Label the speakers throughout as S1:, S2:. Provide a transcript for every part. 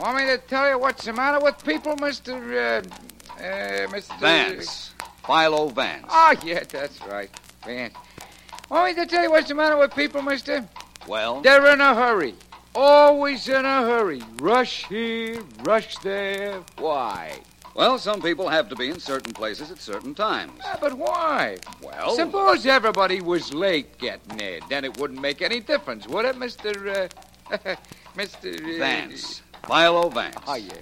S1: Want me to tell you what's the matter with people, Mr. Uh, uh, Mr.
S2: Vance. Philo Vance.
S1: Oh, yeah, that's right. Vance. Want me to tell you what's the matter with people, mister?
S2: Well,
S1: They're in a hurry. Always in a hurry. Rush here, rush there. Why?
S2: well, some people have to be in certain places at certain times.
S1: Ah, but why?
S2: Well,
S1: Suppose everybody was late getting there. Then it wouldn't make any difference, would it, Mr. Uh, Mr. uh,
S2: Vance. Philo Vance.
S1: Oh, yeah.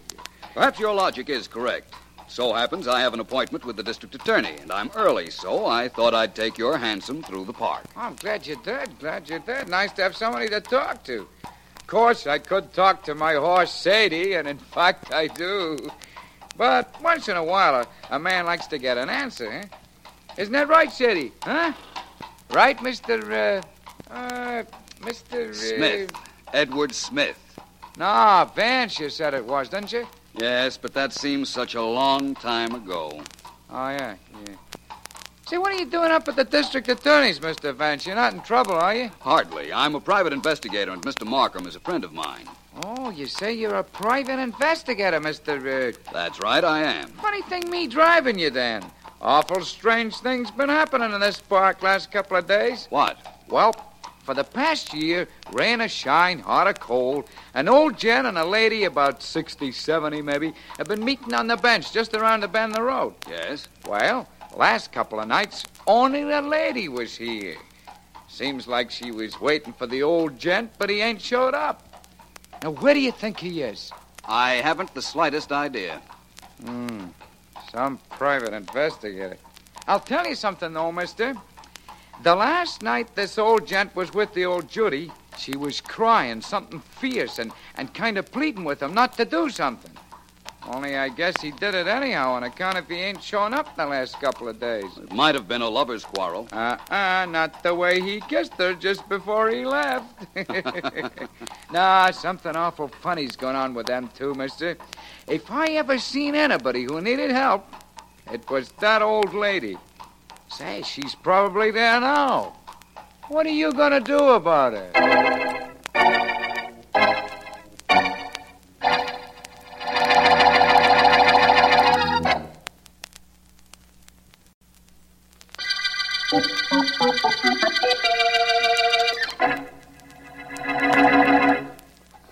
S2: Perhaps your logic is correct. So happens I have an appointment with the district attorney, and I'm early, so I thought I'd take your hansom through the park.
S1: Oh, I'm glad you did. Glad you did. Nice to have somebody to talk to. Of course, I could talk to my horse, Sadie, and in fact, I do. But once in a while, a, a man likes to get an answer, eh? Isn't that right, Sadie? Huh? Right, Mr. Uh, uh, Mr. uh,
S2: Smith. Edward Smith.
S1: no, Vance, you said it was, didn't you?
S2: Yes, but that seems such a long time ago.
S1: Oh, yeah, yeah. Say, what are you doing up at the district attorney's, Mr. Vance? You're not in trouble, are you?
S2: Hardly. I'm a private investigator, and Mr. Markham is a friend of mine.
S1: Oh, you say you're a private investigator, Mr. Uh,
S2: That's right, I am.
S1: Funny thing, me driving you then. Awful strange things been happening in this park last couple of days.
S2: What?
S1: Well, for the past year, rain or shine, hot or cold, an old gent and a lady, about 60, 70 maybe, have been meeting on the bench just around the bend of the road.
S2: Yes?
S1: Well, last couple of nights, only the lady was here. Seems like she was waiting for the old gent, but he ain't showed up. Now, where do you think he is?
S2: I haven't the slightest idea.
S1: Hmm. Some private investigator. I'll tell you something, though, mister. The last night this old gent was with the old Judy, she was crying something fierce and, and kind of pleading with him not to do something. Only I guess he did it anyhow on account if he ain't shown up the last couple of days.
S2: It might have been a lover's quarrel.
S1: Uh uh, not the way he kissed her just before he left. nah, something awful funny's going on with them two, mister. If I ever seen anybody who needed help, it was that old lady. Say, she's probably there now. What are you gonna do about her?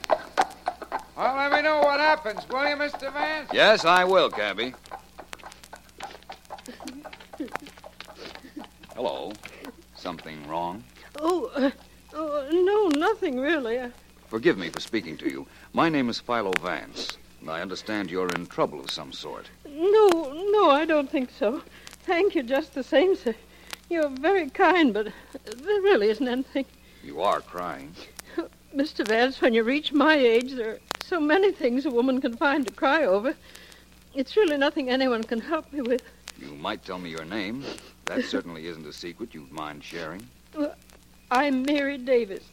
S1: Well, let me know what happens, will you, Mr. Vance?
S2: Yes, I will, Cabby. Hello. Something wrong?
S3: Oh, uh, oh, no, nothing really. Uh,
S2: Forgive me for speaking to you. My name is Philo Vance, and I understand you're in trouble of some sort.
S3: No, no, I don't think so. Thank you just the same, sir. You're very kind, but there really isn't anything.
S2: You are crying.
S3: Mr. Vance, when you reach my age, there are so many things a woman can find to cry over. It's really nothing anyone can help me with.
S2: You might tell me your name. That certainly isn't a secret you'd mind sharing.
S3: I'm Mary Davis.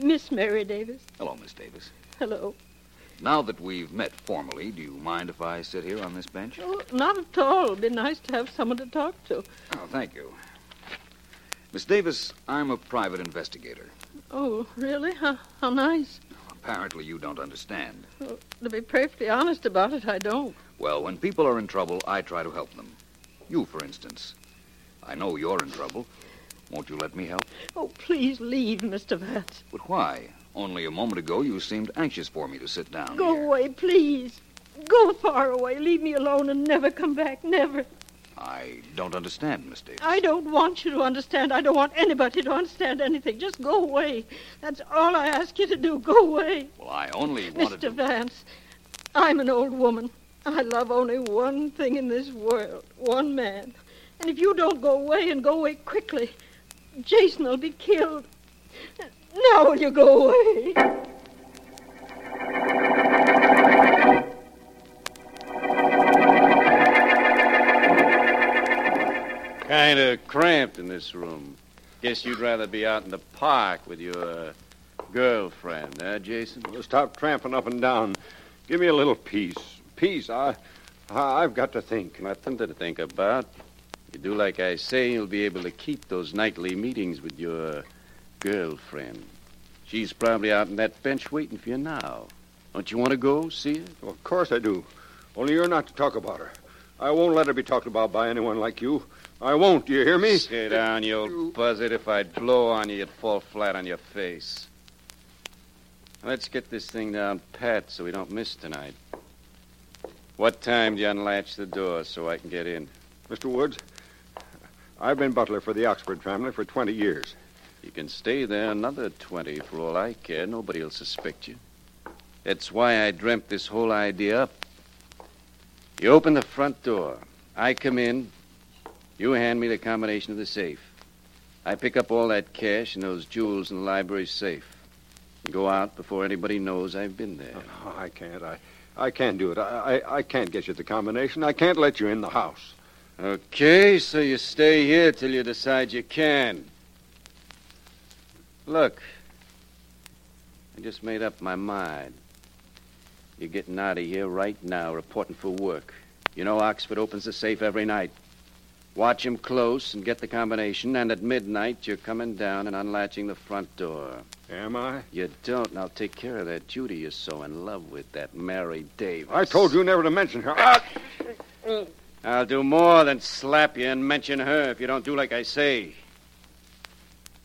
S3: Miss Mary Davis.
S2: Hello, Miss Davis.
S3: Hello.
S2: Now that we've met formally, do you mind if I sit here on this bench?
S3: Oh, not at all. It'd be nice to have someone to talk to.
S2: Oh, thank you. Miss Davis, I'm a private investigator.
S3: Oh, really? How, how nice.
S2: Apparently, you don't understand.
S3: To be perfectly honest about it, I don't.
S2: Well, when people are in trouble, I try to help them. You, for instance. I know you're in trouble. Won't you let me help?
S3: Oh, please leave, Mr. Vance.
S2: But why? Only a moment ago, you seemed anxious for me to sit down.
S3: Go
S2: here.
S3: away, please. Go far away. Leave me alone and never come back. Never.
S2: I don't understand, Miss Davis.
S3: I don't want you to understand. I don't want anybody to understand anything. Just go away. That's all I ask you to do. Go away.
S2: Well, I only wanted
S3: Mr.
S2: to.
S3: Vance, I'm an old woman. I love only one thing in this world one man. And if you don't go away and go away quickly, Jason will be killed. Now will you go away?
S2: Kind of cramped in this room. Guess you'd rather be out in the park with your uh, girlfriend, huh, Jason?
S4: Well, Stop tramping up and down. Give me a little peace. Peace. I, I, I've got to think.
S2: Nothing to think about. You do like I say, you'll be able to keep those nightly meetings with your girlfriend. She's probably out on that bench waiting for you now. Don't you want to go see her?
S4: Of course I do. Only you're not to talk about her. I won't let her be talked about by anyone like you. I won't. Do you hear me?
S2: Sit down, you old buzzard. If I'd blow on you, you'd fall flat on your face. Let's get this thing down pat so we don't miss tonight. What time do you unlatch the door so I can get in?
S4: Mr. Woods, I've been butler for the Oxford family for 20 years.
S2: You can stay there another 20 for all I care. Nobody will suspect you. That's why I dreamt this whole idea up. You open the front door. I come in. You hand me the combination of the safe. I pick up all that cash and those jewels in the library safe. And go out before anybody knows I've been there.
S4: No, Oh, I can't. I, I can't do it. I, I, I can't get you the combination. I can't let you in the house.
S2: Okay, so you stay here till you decide you can. Look, I just made up my mind. You're getting out of here right now, reporting for work. You know Oxford opens the safe every night. Watch him close and get the combination, and at midnight you're coming down and unlatching the front door.
S4: Am I?
S2: You don't, and I'll take care of that Judy you're so in love with, that Mary Davis.
S4: I told you never to mention her. Ah!
S2: I'll do more than slap you and mention her if you don't do like I say.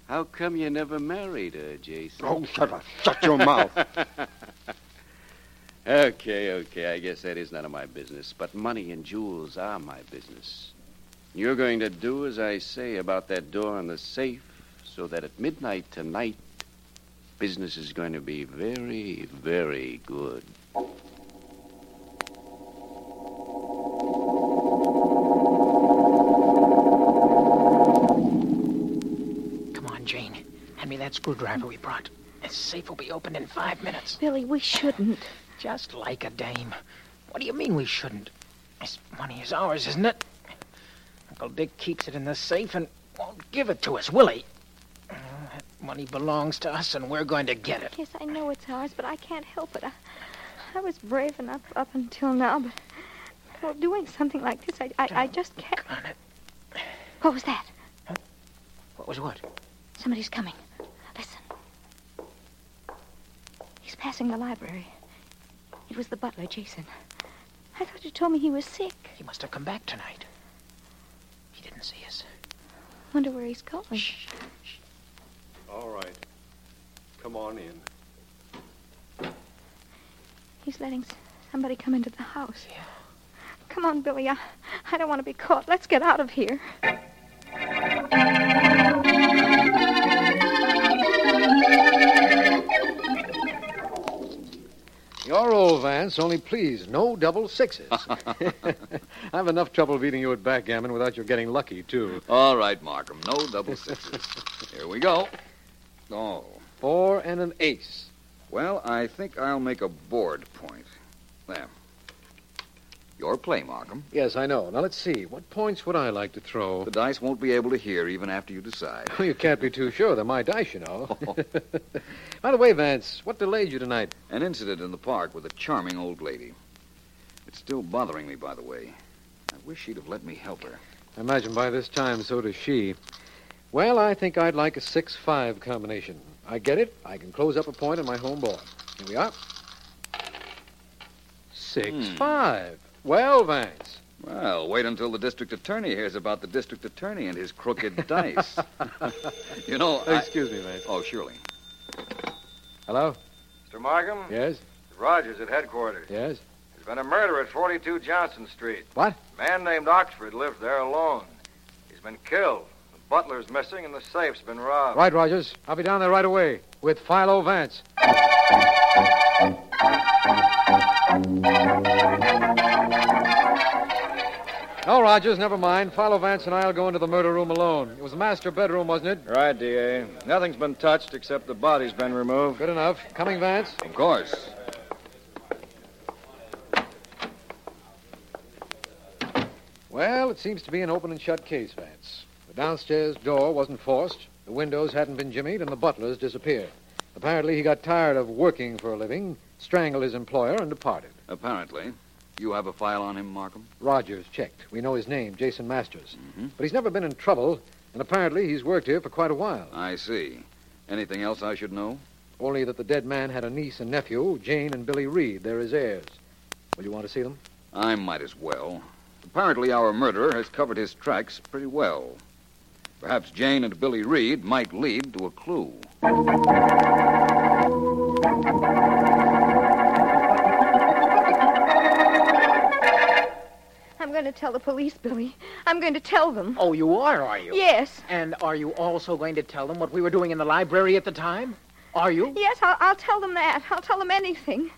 S2: How come you never married her, Jason?
S4: Oh, shut up. Shut your mouth.
S2: Okay, okay. I guess that is none of my business. But money and jewels are my business. You're going to do as I say about that door and the safe so that at midnight tonight, business is going to be very, very good.
S5: Come on, Jane. Hand me that screwdriver we brought. This safe will be opened in five minutes.
S6: Billy, we shouldn't.
S5: Just like a dame. What do you mean we shouldn't? This money is ours, isn't it? Uncle Dick keeps it in the safe and won't give it to us, will he? Oh, That money belongs to us, and we're going to get it.
S6: Yes, I know it's ours, but I can't help it. I, I was brave enough up until now, but well, doing something like this, I, I, I just can't.
S5: Darn it.
S6: What was that?
S5: What was what?
S6: Somebody's coming. Listen. He's passing the library. It was the butler, Jason. I thought you told me he was sick.
S5: He must have come back tonight. He didn't see us.
S6: Wonder where he's going.
S4: All right. Come on in.
S6: He's letting s- somebody come into the house. Come on, Billy. I, I don't want to be caught. Let's get out of here.
S7: You're old, Vance, only please, no double sixes. I've enough trouble beating you at backgammon without your getting lucky, too.
S1: All right, Markham. No double sixes. Here we go. Oh.
S7: Four and an ace.
S1: Well, I think I'll make a board point. There. Your play, Markham.
S7: Yes, I know. Now, let's see. What points would I like to throw?
S1: The dice won't be able to hear even after you decide.
S7: you can't be too sure. They're my dice, you know. By the way, Vance, what delayed you tonight?
S1: An incident in the park with a charming old lady. It's still bothering me, by the way. I wish she'd have let me help her.
S7: I imagine by this time, so does she. Well, I think I'd like a 6 5 combination. I get it. I can close up a point on my home board. Here we are. 6 5. Well, Vance.
S1: Well, wait until the district attorney hears about the district attorney and his crooked dice. you know, I...
S7: Excuse me, Vance.
S1: Oh, surely.
S7: Hello?
S8: Mr. Markham?
S7: Yes?
S8: Rogers at headquarters.
S7: Yes?
S8: There's been a murder at 42 Johnson Street.
S7: What?
S8: A man named Oxford lives there alone. He's been killed. The butler's missing and the safe's been robbed.
S7: Right, Rogers. I'll be down there right away with Philo Vance. No, Rogers, never mind. Philo Vance and I'll go into the murder room alone. It was the master bedroom, wasn't it?
S8: Right, D.A. Nothing's been touched except the body's been removed.
S7: Good enough. Coming, Vance?
S1: Of course.
S9: Well, it seems to be an open and shut case, Vance. The downstairs door wasn't forced, the windows hadn't been jimmied, and the butler's disappeared. Apparently, he got tired of working for a living, strangled his employer, and departed.
S2: Apparently. You have a file on him, Markham?
S9: Rogers checked. We know his name, Jason Masters.
S2: Mm-hmm.
S9: But he's never been in trouble, and apparently he's worked here for quite a while.
S2: I see. Anything else I should know?
S9: Only that the dead man had a niece and nephew, Jane and Billy Reed. They're his heirs. Will you want to see them?
S2: I might as well. Apparently, our murderer has covered his tracks pretty well. Perhaps Jane and Billy Reed might lead to a clue.
S6: I'm going to tell the police, Billy. I'm going to tell them.
S5: Oh, you are, are you?
S6: Yes.
S5: And are you also going to tell them what we were doing in the library at the time? Are you?
S6: Yes, I'll, I'll tell them that. I'll tell them anything.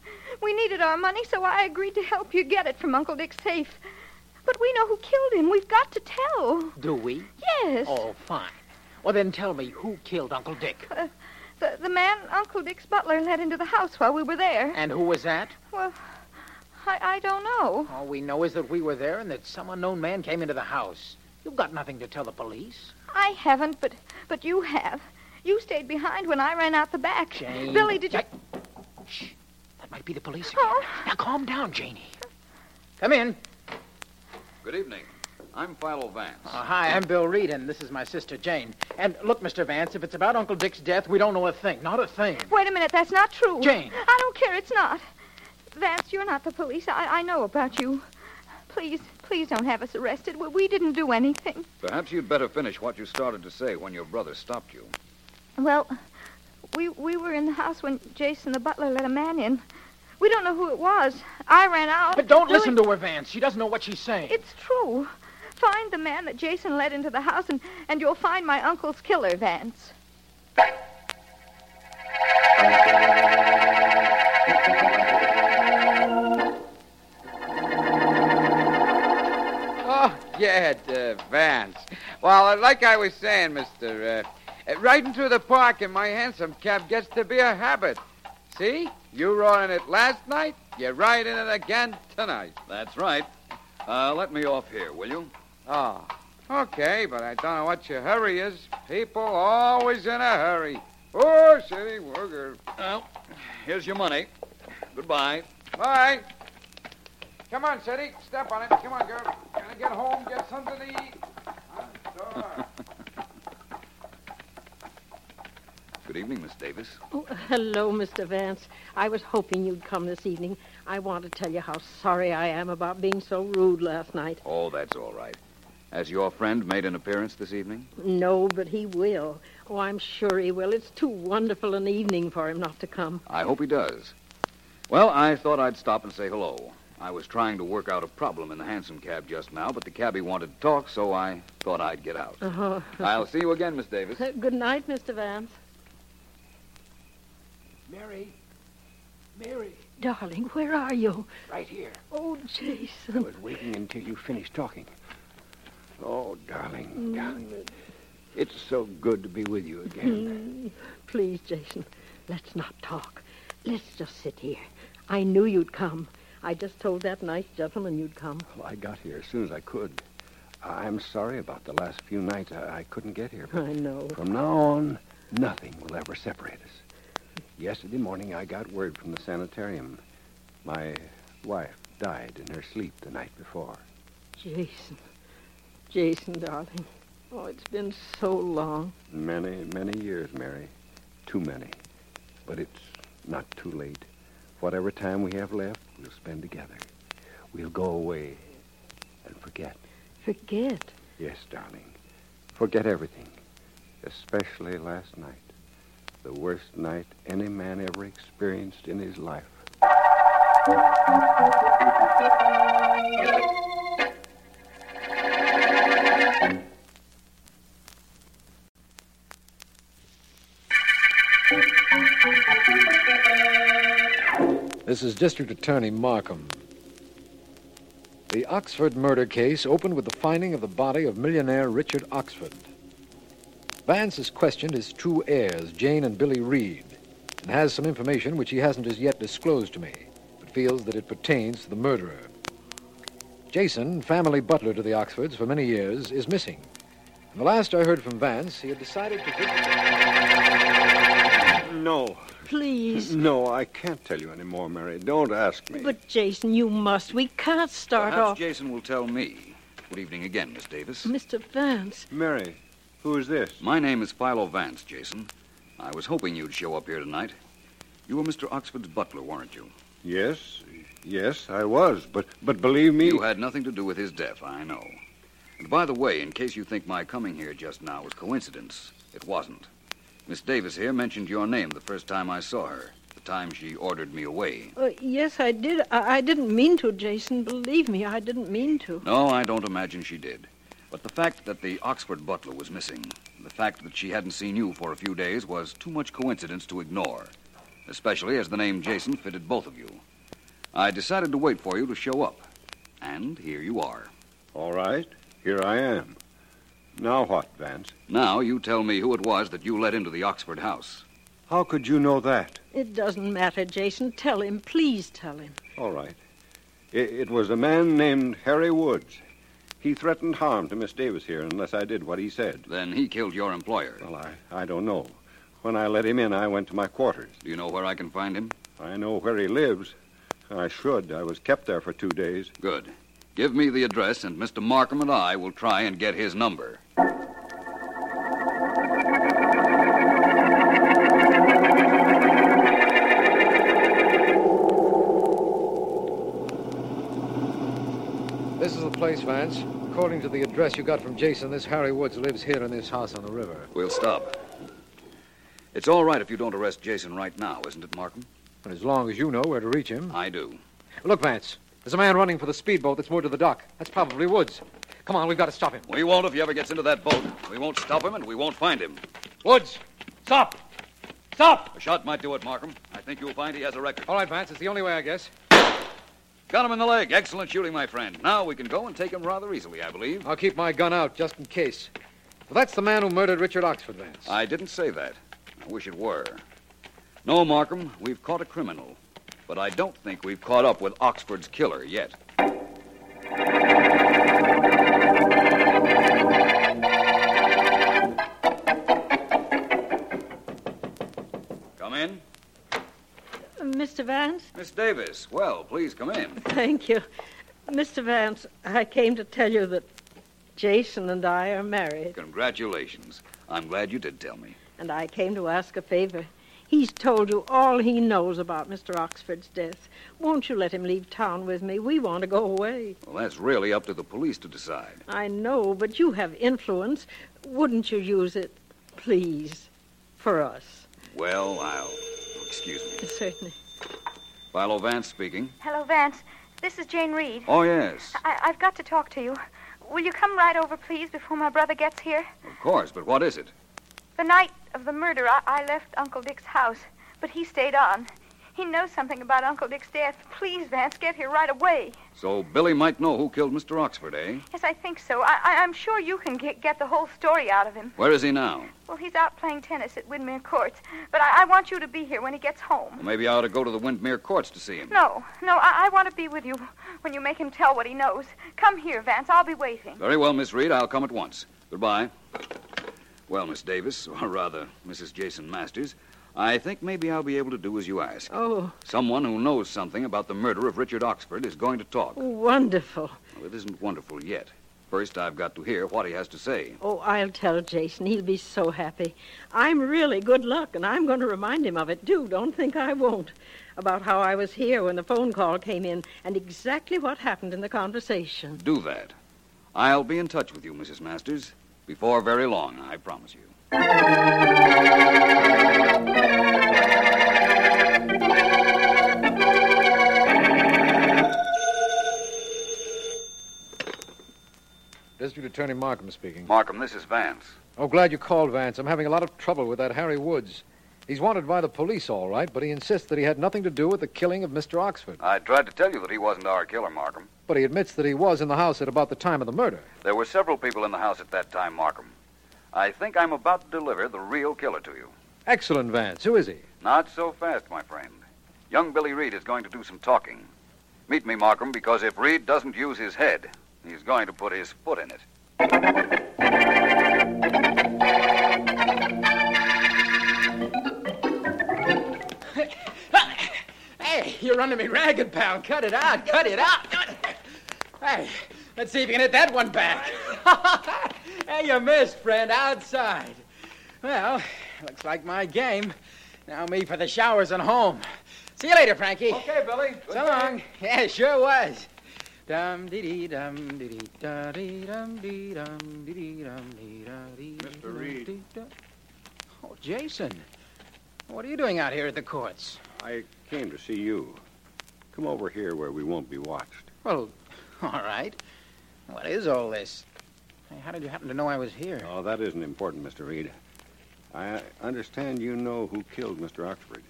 S6: We needed our money, so I agreed to help you get it from Uncle Dick's safe. But we know who killed him. We've got to tell.
S5: Do we?
S6: Yes.
S5: Oh, fine. Well, then tell me who killed Uncle Dick
S6: The, the man Uncle Dick's butler let into the house while we were there.
S5: and who was that?
S6: I, I don't know.
S5: All we know is that we were there and that some unknown man came into the house. You've got nothing to tell the police.
S6: I haven't, but but you have. You stayed behind when I ran out the back.
S5: Jane.
S6: Billy, did you?
S5: Jack- Shh. That might be the police again.
S6: Oh.
S5: Now calm down, Janie. Come in.
S2: Good evening. I'm Philo Vance.
S5: Uh, hi, I'm Bill Reed, and this is my sister Jane. And look, Mr. Vance, if it's about Uncle Dick's death, we don't know a thing. Not a thing.
S6: Wait a minute. That's not true.
S5: Jane.
S6: I don't care. It's not. Vance, you're not the police. I, I know about you. Please, please don't have us arrested. We, we didn't do anything.
S2: Perhaps you'd better finish what you started to say when your brother stopped you.
S6: Well, we we were in the house when Jason the butler let a man in. We don't know who it was. I ran out.
S5: But don't
S6: Billy-
S5: listen to her, Vance. She doesn't know what she's saying.
S6: It's true. Find the man that Jason led into the house, and, and you'll find my uncle's killer, Vance.
S1: Oh, yeah, uh, Vance. Well, uh, like I was saying, mister, uh, uh, riding through the park in my hansom cab gets to be a habit. See? You rode in it last night, you're riding it again tonight.
S2: That's right. Uh, let me off here, will you?
S1: Oh, okay, but I don't know what your hurry is. People always in a hurry. Oh, city worker.
S2: Well, here's your money. Goodbye.
S1: Bye. Come on, city. Step on it. Come on, girl. Gotta get home, get something to eat. I'm starved.
S2: Good evening, Miss Davis.
S3: Oh, hello, Mr. Vance. I was hoping you'd come this evening. I want to tell you how sorry I am about being so rude last night.
S2: Oh, that's all right. Has your friend made an appearance this evening?
S3: No, but he will. Oh, I'm sure he will. It's too wonderful an evening for him not to come.
S2: I hope he does. Well, I thought I'd stop and say hello. I was trying to work out a problem in the hansom cab just now, but the cabbie wanted to talk, so I thought I'd get out.
S3: Oh.
S2: I'll see you again, Miss Davis.
S3: Good night, Mr. Vance.
S5: Mary. Mary.
S3: Darling, where are you?
S5: Right here.
S3: Oh, Jason.
S4: was waiting until you finished talking. Oh,
S3: Mm.
S4: darling, darling. It's so good to be with you
S3: Mm.
S4: again.
S3: Please, Jason, let's not talk. Let's just sit here. I knew you'd come. I just told that nice gentleman you'd come.
S4: Well, I got here as soon as I could. I'm sorry about the last few nights. I, I couldn't get here. But
S3: I know.
S4: from now on, nothing will ever separate us. Yesterday morning, I got word from the sanitarium. My wife died in her sleep the night before.
S3: Jason. Jason, darling. Oh, it's been so long.
S4: Many, many years, Mary. Too many. But it's not too late. Whatever time we have left, we'll spend together. We'll go away and forget.
S3: Forget.
S4: Yes, darling. Forget everything. Especially last night. The worst night any man ever experienced in his life.
S9: This is District Attorney Markham. The Oxford murder case opened with the finding of the body of millionaire Richard Oxford. Vance has questioned his true heirs, Jane and Billy Reed, and has some information which he hasn't as yet disclosed to me, but feels that it pertains to the murderer. Jason, family butler to the Oxfords for many years, is missing. And the last I heard from Vance, he had decided to visit.
S4: No,
S3: Please.
S4: no, I can't tell you any more, Mary. Don't ask me.
S3: But, Jason, you must. We can't start
S2: Perhaps
S3: off.
S2: Jason will tell me. Good evening again, Miss Davis.
S3: Mr. Vance.
S4: Mary, who is this?
S2: My name is Philo Vance, Jason. I was hoping you'd show up here tonight. You were Mr. Oxford's butler, weren't you?
S4: Yes, yes, I was, but but believe me,
S2: You had nothing to do with his death, I know. And by the way, in case you think my coming here just now was coincidence, it wasn't. Miss Davis here mentioned your name the first time I saw her, the time she ordered me away.
S3: Uh, yes, I did. I, I didn't mean to, Jason. Believe me, I didn't mean to.
S2: No, I don't imagine she did. But the fact that the Oxford butler was missing, the fact that she hadn't seen you for a few days, was too much coincidence to ignore, especially as the name Jason fitted both of you. I decided to wait for you to show up. And here you are.
S4: all right, here I am. Now what, Vance?
S2: Now you tell me who it was that you let into the Oxford house.
S4: How could you know that?
S3: It doesn't matter, Jason. Tell him. Please tell him.
S4: All right. I- It, was a man named Harry Woods. He threatened harm to Miss Davis here unless I did what he said.
S2: Then he killed your employer.
S4: Well, I, I don't know. When I let him in, I went to my quarters.
S2: Do you know where I can find him?
S4: I know where he lives. I should. I was kept there for two days.
S2: Good. Give me the address, and Mr. Markham and I will try and get his number.
S9: This is the place, Vance. According to the address you got from Jason, this Harry Woods lives here in this house on the river.
S2: We'll stop. It's all right if you don't arrest Jason right now, isn't it, Markham?
S9: And as long as you know where to reach him.
S2: I do.
S9: Look, Vance, there's a man running for the speedboat that's moored to the dock. That's probably Woods. Come on, we've got to stop him.
S2: We won't if he ever gets into that boat. We won't stop him, and we won't find him.
S9: Woods! Stop! Stop!
S2: A shot might do it, Markham. I think you'll find he has a record.
S9: All right, Vance, it's the only way, I guess.
S2: Got him in the leg. Excellent shooting, my friend. Now we can go and take him rather easily, I believe.
S9: I'll keep my gun out just in case. Well, that's the man who murdered Richard Oxford, Vance.
S2: I didn't say that. I wish it were. No, Markham, we've caught a criminal. But I don't think we've caught up with Oxford's killer yet. Come in.
S3: Uh, Mr. Vance?
S2: Miss Davis, well, please come in.
S3: Thank you. Mr. Vance, I came to tell you that Jason and I are married,
S2: Congratulations. I'm glad you did tell me.
S3: and I came to ask a favor. He's told you all he knows about Mr. Oxford's death. Won't you let him leave town with me? We want to go away.
S2: Well, that's really up to the police to decide.
S3: I know, but you have influence. Wouldn't you use it, please, for us?
S2: Well, I'll. Excuse me.
S3: Certainly.
S2: Philo Vance speaking.
S6: Hello, Vance. This is Jane Reed.
S2: Oh, yes.
S6: I- I've got to talk to you. Will you come right over, please, before my brother gets here?
S2: Of course, but what is it?
S6: The night of the murder, I, I left Uncle Dick's house, but he stayed on. He knows something about Uncle Dick's death. Please, Vance, get here right away.
S2: So Billy might know who killed Mr. Oxford, eh?
S6: Yes, I think so. I, I, I'm sure you can get, get the whole story out of him.
S2: Where is he now?
S6: Well, he's out playing tennis at Windmere Courts, but I, I want you to be here when he gets home.
S2: Well, maybe I ought to go to the Windmere courts to see him.
S6: No, no, I, I want to be with you when you make him tell what he knows. Come here, Vance. I'll be waiting.
S2: Very well, Miss Reed. I'll come at once. Goodbye. Well, Miss Davis, or rather, Mrs. Jason Masters, I think maybe I'll be able to do as you ask.
S3: Oh,
S2: Someone who knows something about the murder of Richard Oxford is going to talk.
S3: wonderful.
S2: Well, it isn't wonderful yet. First, I've got to hear what he has to say.
S3: Oh, I'll tell Jason. He'll be so happy. I'm really good luck, and I'm going to remind him of it, too. Don't think I won't. About how I was here when the phone call came in and exactly what happened in the conversation.
S2: Do that. I'll be in touch with you, Mrs. Masters, before very long, I promise you.
S9: District Attorney Markham speaking.
S2: Markham, this is Vance.
S9: Oh, glad you called, Vance. I'm having a lot of trouble with that Harry Woods. He's wanted by the police, all right, but he insists that he had nothing to do with the killing of Mr. Oxford.
S2: I tried to tell you that he wasn't our killer, Markham.
S9: But he admits that he was in the house at about the time of the murder.
S2: There were several people in the house at that time, Markham. I think I'm about to deliver the real killer to you.
S9: Excellent, Vance. Who is he?
S2: Not so fast, my friend. Young Billy Reed is going to do some talking. Meet me, Markham, because if Reed doesn't use his head, he's going to put his foot in it.
S5: Hey, you're running me ragged, pal. Cut it out. Cut it out. Hey, let's see if you can hit that one back. hey, you missed, friend. Outside. Well, looks like my game. Now me for the showers and home. See you later, Frankie.
S10: Okay, Billy. Good
S5: So long. Yeah, sure was. Dum dee dee dum dee dee da dee dum dee dum dee dee dum dee da dee. Mr. Reed. Oh, Jason. What are you doing out here at the courts?
S4: I came to see you. Come over here where we won't be watched.
S5: Well, all right. What is all this? Hey, How did you happen to know I was here?
S4: Oh, that isn't important, Mr. Reed. I understand you know who killed Mr. Oxford.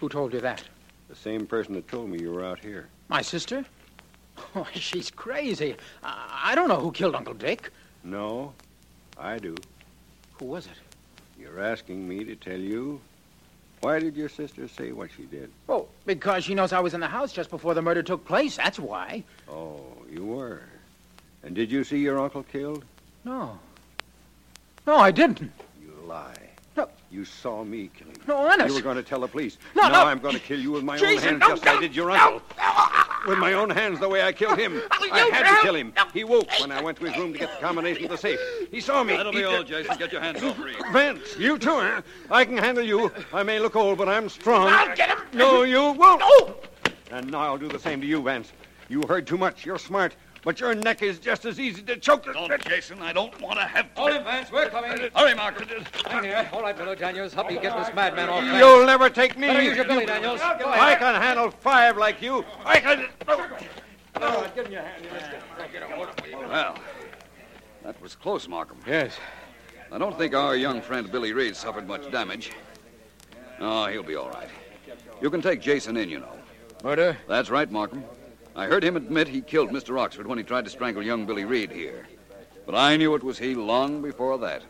S5: Who told you that?
S4: The same person that told me you were out here.
S5: My sister? Oh, she's crazy. I, I don't know who killed Uncle Dick.
S4: No, I do.
S5: Who was it?
S4: You're asking me to tell you? Why did your sister say what she did?
S5: Oh, because she knows I was in the house just before the murder took place. That's why.
S4: Oh, you were. And did you see your uncle killed?
S5: No. No, I didn't.
S4: You lie.
S5: No.
S4: You saw me kill him.
S5: No, honest.
S4: You were going to tell the police.
S5: No,
S4: now
S5: no.
S4: I'm going to kill you with my own
S5: Jason,
S4: hands,
S5: no,
S4: just
S5: no,
S4: I did your uncle. With my own hands, the way I killed him. I had to kill him. He woke when I went to his room to get the combination of the safe. He saw me.
S2: That'll be all, Jason. Get your hands off Reed.
S4: Vance, you too, huh? I can handle you. I may look old, but I'm strong. I'll get him. No, you won't.
S5: No!
S4: And now I'll do the same to you, Vance. You heard too much. You're smart, but your neck is just as easy to choke as.
S2: Don't, Jason. I don't want to have
S10: Hold him, Vance. We're coming.
S2: Hurry, Markham.
S10: Hang here. All right, Billy Daniels. Help me get this madman off.
S4: You'll never take me.
S10: Better use your Billy Daniels. Go
S4: I
S10: ahead.
S4: can handle five like you. I can.
S10: All right, give him your hand.
S2: Well, that was close, Markham.
S4: Yes.
S2: I don't think our young friend Billy Reed suffered much damage. Oh, he'll be all right. You can take Jason in, you know.
S9: Murder?
S2: That's right, Markham. I heard him admit he killed Mr. Oxford when he tried to strangle young Billy Reed here. But I knew it was he long before that.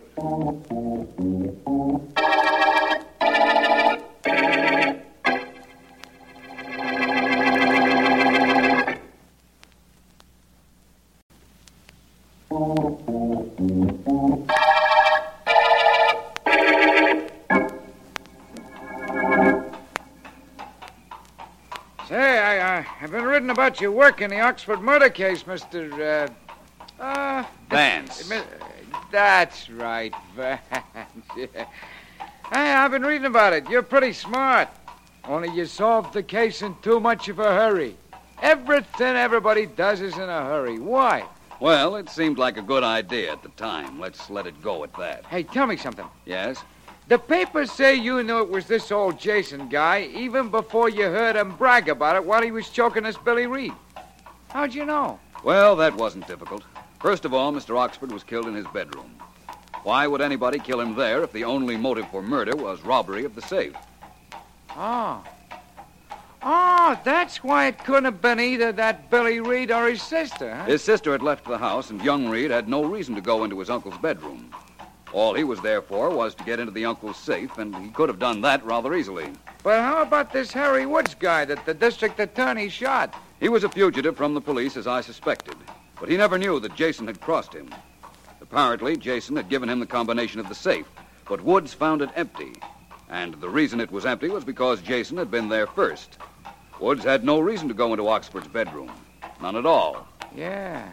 S1: Say, I, uh, I've been reading about your work in the Oxford murder case, Mr. Uh, uh,
S2: Vance.
S1: Mi- That's right, Vance. hey, I've been reading about it. You're pretty smart. Only you solved the case in too much of a hurry. Everything everybody does is in a hurry. Why?
S2: Well, it seemed like a good idea at the time. Let's let it go at that.
S1: Hey, tell me something.
S2: Yes?
S1: The papers say you knew it was this old Jason guy even before you heard him brag about it while he was choking this Billy Reed. How'd you know?
S2: Well, that wasn't difficult. First of all, Mr. Oxford was killed in his bedroom. Why would anybody kill him there if the only motive for murder was robbery of the safe?
S1: Oh. Oh, that's why it couldn't have been either that Billy Reed or his sister, huh?
S2: His sister had left the house, and young Reed had no reason to go into his uncle's bedroom. All he was there for was to get into the uncle's safe, and he could have done that rather easily.
S1: But how about this Harry Woods guy that the district attorney shot?
S2: He was a fugitive from the police, as I suspected, but he never knew that Jason had crossed him. Apparently, Jason had given him the combination of the safe, but Woods found it empty. And the reason it was empty was because Jason had been there first. Woods had no reason to go into Oxford's bedroom. None at all.
S1: Yeah.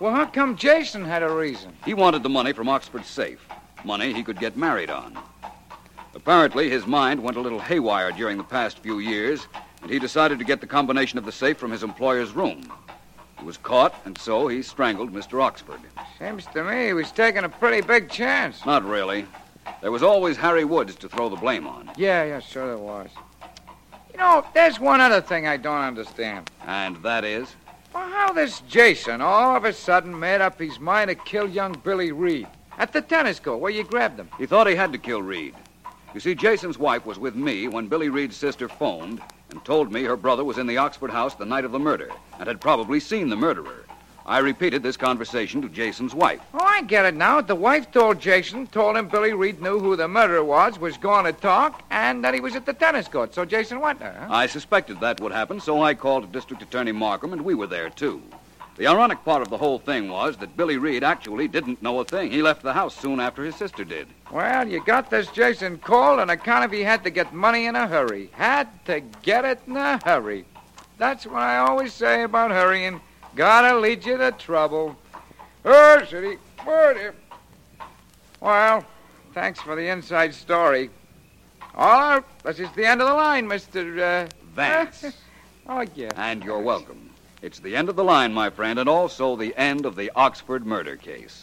S1: Well, how come Jason had a reason?
S2: He wanted the money from Oxford's safe, money he could get married on. Apparently, his mind went a little haywire during the past few years, and he decided to get the combination of the safe from his employer's room. He was caught, and so he strangled Mr. Oxford.
S1: Seems to me he was taking a pretty big chance.
S2: Not really. There was always Harry Woods to throw the blame on.
S1: Yeah, yeah, sure there was. You know, there's one other thing I don't understand.
S2: And that is?
S1: Well, how this Jason all of a sudden made up his mind to kill young Billy Reed at the tennis court where you grabbed him.
S2: He thought he had to kill Reed. You see, Jason's wife was with me when Billy Reed's sister phoned and told me her brother was in the Oxford house the night of the murder and had probably seen the murderer. I repeated this conversation to Jason's wife.
S1: Oh, I get it now. The wife told Jason, told him Billy Reed knew who the murderer was, was going to talk, and that he was at the tennis court. So Jason went there. Huh?
S2: I suspected that would happen, so I called District Attorney Markham, and we were there, too. The ironic part of the whole thing was that Billy Reed actually didn't know a thing. He left the house soon after his sister did.
S1: Well, you got this Jason called on account of he had to get money in a hurry. Had to get it in a hurry. That's what I always say about hurrying. Gotta lead you to trouble. Oh, city, word here. Well, thanks for the inside story. All right, this is the end of the line, Mr. Uh...
S2: Vance.
S1: oh, yeah.
S2: and you're welcome. It's the end of the line, my friend, and also the end of the Oxford murder case.